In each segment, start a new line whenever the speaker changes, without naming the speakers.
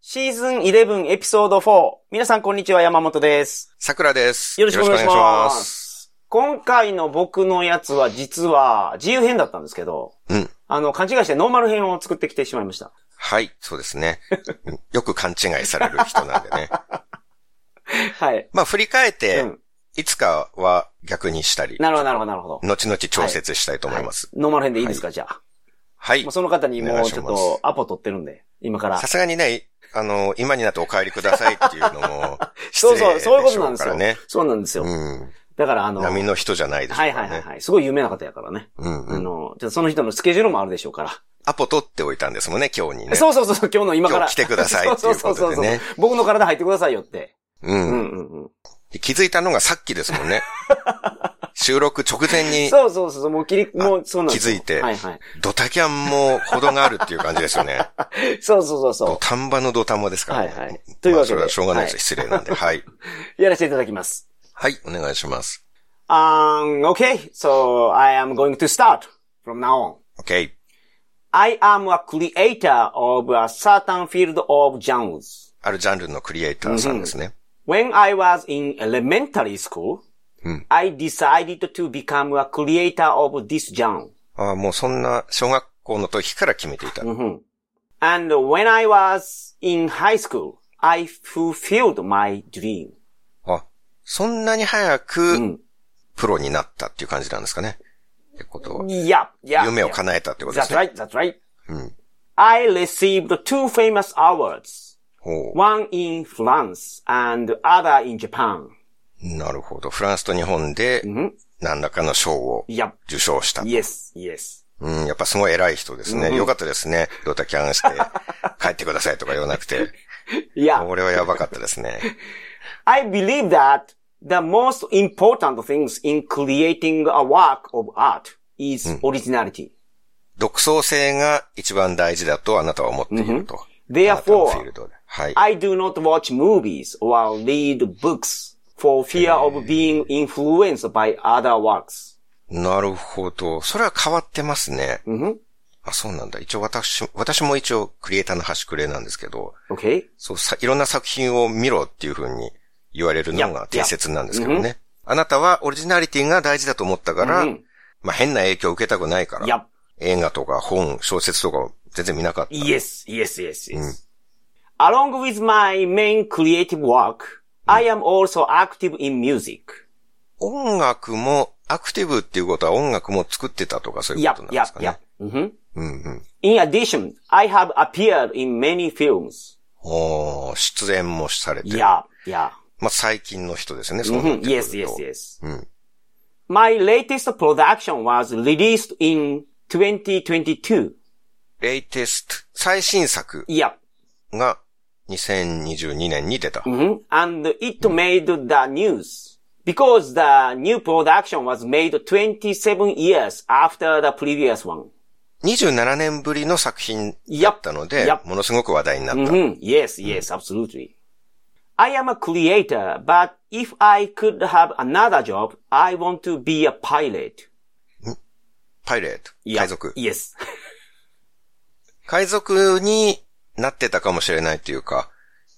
シーズン11エピソード4。皆さんこんにちは、山本です。
桜です。
よろしくお願いし
よろくお
ま
願いし
す。今回の僕のやつは実は自由編だったんですけど、
うん。
あの、勘違いしてノーマル編を作ってきてしまいました。
はい、そうですね。 うんよく勘違いされる人なんでね。
はい。
まあ、振り返っ
う
て、
ん。
いつかは逆にしたり、
なるほど、なるほど、なるほど。
後々調節したいと思います。
ノーマル編でいいですか、じゃあ。
はい
もう。その方に
お
も
願
う
いし
ちょ
ま
っ
す
とアポ取ってるんで、今から
さ。すがにね、あの、今になってお帰りくださいっていうのも、失
そう
礼でし
そう、そういうこと
ょ
なん
う
です
から
よ
ね。。
そうなんですよ。
うん。
だからあの、
波の人じゃないです
は
か
い
ら
はいはい
ね。
はい。すごい有名な方やからね。
うんう
あの、
ん。
ちょっとその人のスケジュールもあるでしょうから。
アポ取っておいたんですもんね、今日に ね。
そうそうそうそう、今日の今から。
今日来てくださいっていうことでね
そうそうそうそう僕の体入ってくださいよって。う
う。
んんうんうん。
気づいたのがさっきですもん ね。収録直前に
そうそうそう、もう切り、もうそうなんですよ
気づいて
はいはい。
ドタキャンも程があるっていう感じですよね。
そうそうそうそ
丹波の土丹波ですからね。
はいはいというわけで
まあ、それはしょうがないです、
はい
失礼なんで。はい。
う。やらせていただきます。
はい、お願いします。
Um, okay, so I am going to start from now on.
OK。
I am a creator of a certain field of genres.
あるジャンルのクリエイターさんですね。
When I was in elementary school,
Hmm.
I decided to become a creator of this genre.
ああ、もうそんな小学校の時から決めていた。
Mhm. And when I was in high school, I fulfilled my dream.
あ、そんなに早
う
く
ん
プロになったっていう感じなんですかね。ってことは。
Yeah, yeah.
夢を叶えたってことです
That's
ね。
right, that's right.
うん。
I received two famous awards.
ほう
One in France and other in Japan.
なるほど。フランスと日本で
ん
何らかの賞を
Yep.
受賞した。
Yes, yes.
うん、やっぱすごい偉い人ですね。よかったですね。ドタキャ ンして帰ってくださいとか言わなくて。
Yeah.
これはやばかったですね。
I believe that the most important things in creating a work of art is originality.
独創性が一番大事だとあなたは思っていると。
Therefore
あなたのフィールドではい。
I do not watch movies or read books for fear of being influenced by other works.
なるほど。それは変わってますね。
Mhm.
あ、そうなんだ。一応私、私も一応クリエイターの端くれなんですけど、
Okay.
そうさ、いろんな作品を見ろっていうふうに言われるの
いや
が定説なんですけどね。あなたはオリジナリティが大事だと思ったから、
うん
まあ変な影響を受けたくないから、
Yep.
映画とか本、小説とかを全然見なかった。
Yes, yes, yes, yes. Along with my main creative work, I am also active in music.
音楽も、アクティブっていうことは音楽も作ってたとかそういうこ
Yep,
となんで
yep,
すかね。
yep. Mhm.
うんうん。
In addition, I have appeared in many films.
おー出演もされてる。
Yeah, yeah.
まあ、最近の人ですね、そうなっ
Mhm.
てくる
Yes,
と
yes, yes.
うん。
My latest production was released in 2022.
レイテスト、最新作
Yep.
が2022年に出た。
Mhm. And it made the news because the new production was made 27 years after the previous one.
27年ぶりの作品だったので
Yep. Yep.、
ものすごく話題になった。
Mhm. Yes, yes, absolutely. I am a creator, but if I could have another job, I want to be a pilot.
パイレート、
Yep.
海賊。
Yes.
海賊になってたかもしれないというか、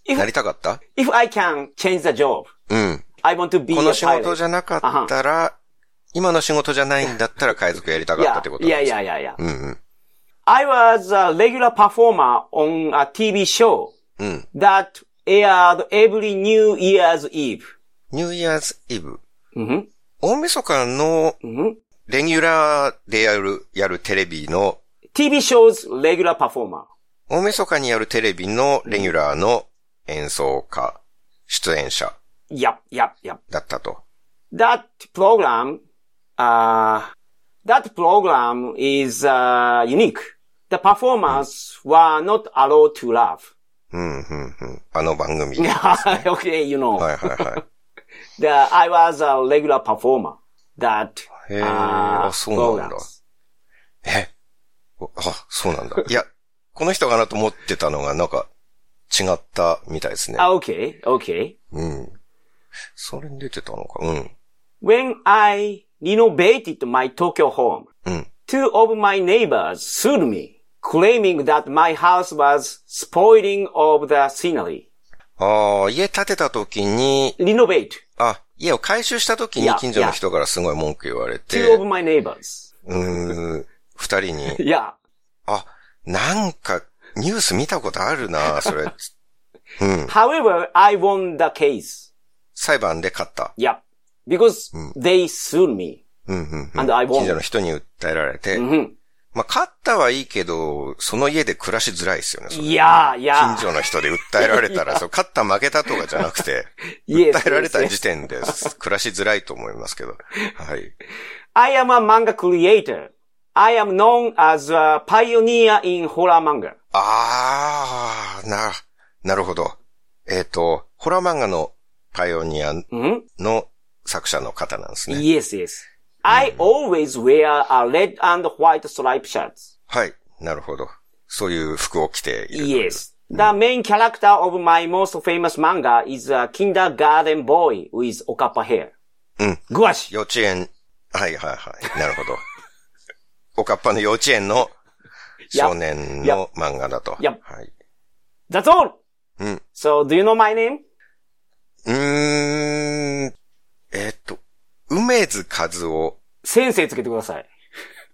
If-
なりたかった
If I can change the job,
うん。
I want to be
こ
a
の仕事
pilot.
じゃなかったら、今の仕事じゃないんだったら海賊やりたかったってこと
yeah,
なん
yeah,
ですか
yeah, yeah, yeah.
うん
I was a regular performer on a TV show
うん。うん。
that aired every New Year's Eve.
ニューイヤーズイブ。
Mhm.
大晦日の
Mhm.
レギュラーでやる、やるテレビの、
TV show's regular performer.
大晦日にやるテレビのレギュラーの演奏家、出演者
Yep, yep, yep.
だったと。
That program, uh, that program is uh, unique. The performers were not allowed to laugh.
うん、うん、うん。あの番組。はい
okay, you know,
はいはい。
the, I was a regular performer. That
へえ
uh,
あ、そうなんだ。
programs.
えおあ、そうなんだ。いや、この人かなと思ってたのが、なんか、違ったみたいですね。
Okay, okay.
うん。それに出てたのか。うん。
When I renovated my Tokyo home,
うん。
two of my neighbors sued me, claiming that my house was spoiling of the scenery.
ああ、家建てた時に、
Renovate.
あ、家を改修した時
い
に
や
近所の人からすごい文句言われ
Two
て
of、my neighbors.
うーん、二人に、
Yeah.
あ、なんか、ニュース見たことあるな、それ。 うん。
However, I won the case.
裁判で勝った。
Yeah. Because they sued me.
うんうんうん。
And I won.
近所の人に訴えられて。
Mhm.
まあ、勝ったはいいけど、その家で暮らしづらいですよね。それ
Yeah, yeah.
近所の人で訴えられたら、そう、勝った負けたとかじゃなくて、
Yes.
訴えられ
yes,
た
yes.
時点で暮らしづらいと思いますけど。はい。
I am a manga creator. I am known as a pioneer in horror manga.
あー、な、なるほど。えっ、と、ホラー漫画のパイオニア
Mhm.
の作者の方なんですね。
Yes, yes. I always wear a red and white striped shirt.
はい。なるほど。そういう服を着ているという。
Yes. The main character of my most famous manga is a kindergarten boy with okappa hair.
うん。
Guashi.
幼稚園、はいはいはい。なるほど。 おかっぱの幼稚園の少年
や
の漫画だと。
や
はい。
That's all!
うん。
So, do you know my name?
うーん。えっ、と、梅津和夫。
先生つけてください。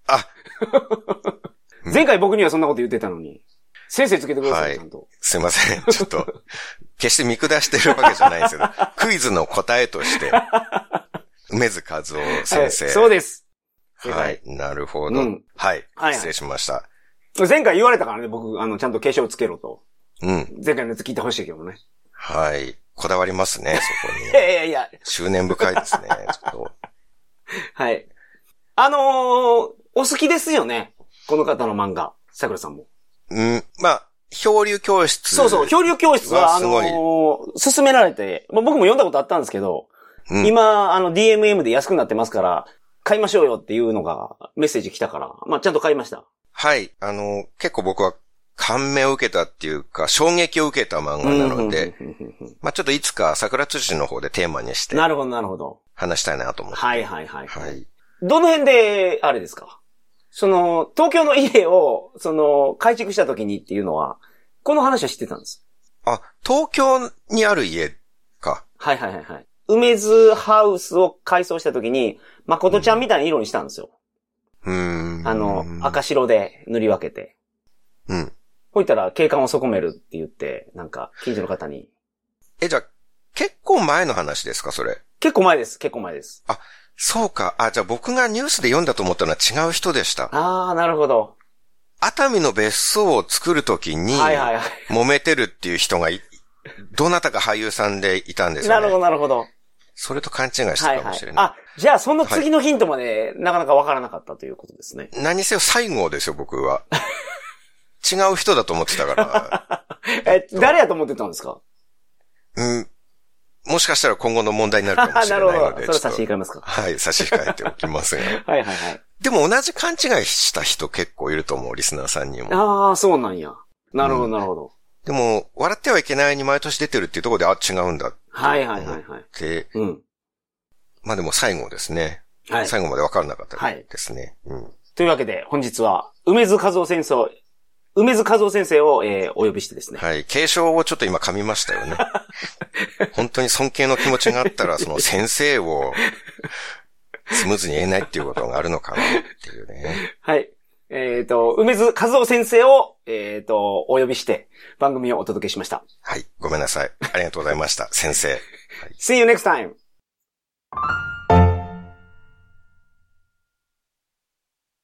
あ、
前回僕にはそんなこと言ってたのに。先生つけてください、
はい
ちゃんと。
すいません。 ちょっと、決して見下してるわけじゃないんですけ ど、クイズの答えとして、梅津和夫先生。
はいそうです。正解
はい。なるほど。
うん
はい
は。い
失礼しました。
前回言われたからね、僕、あの、ちゃんと化粧つけろと。
うん。
前回のやつ聞いてほしいけどね。
はい。こだわります ね、そこ
いや
に。
いやいや、
執念深 いですね。ちょっと。
はい。あのー、お好きですよね。この方の漫画。桜さんも。
うん、まあ、漂流教室。
そうそう、漂流教室は、
わ
あ
あすごい
のー、勧められて、まあ、僕も読んだことあったんですけど、
うん
今、あの、DMM で安くなってますから、買いましょうよっていうのがメッセージ来たから、まあ、ちゃんと買いました。
はい。あの、結構僕は感銘を受けたっていうか、衝撃を受けた漫画なので、
うんうんうんうんうん
まあちょっといつか桜通信の方でテーマにして
なるほど、なるほど。
話したいなと思って。
はいはいはい。
はい。
どの辺で、あれですかその、東京の家を、その、改築した時にっていうのは、この話は知ってたんです。
あ、東京にある家か。
はいはいはいはい。梅津ハウスを改装した時に、誠ちゃんみたいな色にしたんですよ。
うーん。
あの、赤白で塗り分けて。
うん。
ほいたら景観を損めるって言って、なんか、近所の方に。
え、じゃあ、結構前の話ですか、それ。
結構前です、結構前です。
そうか。あ、じゃあ僕がニュースで読んだと思ったのは違う人でした。
あー、なるほど。
熱海の別荘を作るときに、
はいはいは
揉めてるっていう人がい、どなたか俳優さんでいたんで
い。
すよ
な
ね。
るほど、なるほど。
それと勘違いした
はい
かも
はい
しれ。ない。
あ、じゃあその次のヒントまで、なかなかわからなかったということですね。
何せよ西郷ですよ、僕は。違う人だと思って たから。
え、誰やと思ってたん ですか
うん。もしかしたら今後の問題になるかもし れない
なる
の
ほど。それ
で、ちょ
差
っ
し
と
控えますか。
はい、差し控えておきます が。
はいはいはい。
でも同じ勘違いした人結構いると思う、リスナーさんにも。
ああ、そうなんや。なるほど、
うん
なるほど。
でも、笑ってはいけないに毎年出てるっていうところで、あ、違うんだっ
はいはいはいはい。
て。
うん。
まあでも西郷ですね。
はい。
最後まで分からなかったですね。うん。
というわけで、本日は、梅津和夫先生を、梅津和夫先生を、えーお呼びしてですね。
はい。継承をちょっと今噛みまし たよね。本当に尊敬の気持ちがあったら、その先生をスムーズに言えないっていうことがあるのかなっていうね。
はい。えっ、と、梅津和夫先生を、えっ、と、お呼びして、番組をお届けしました。
はい。ごめんなさい。ありがとうございました。先生。
See you next time!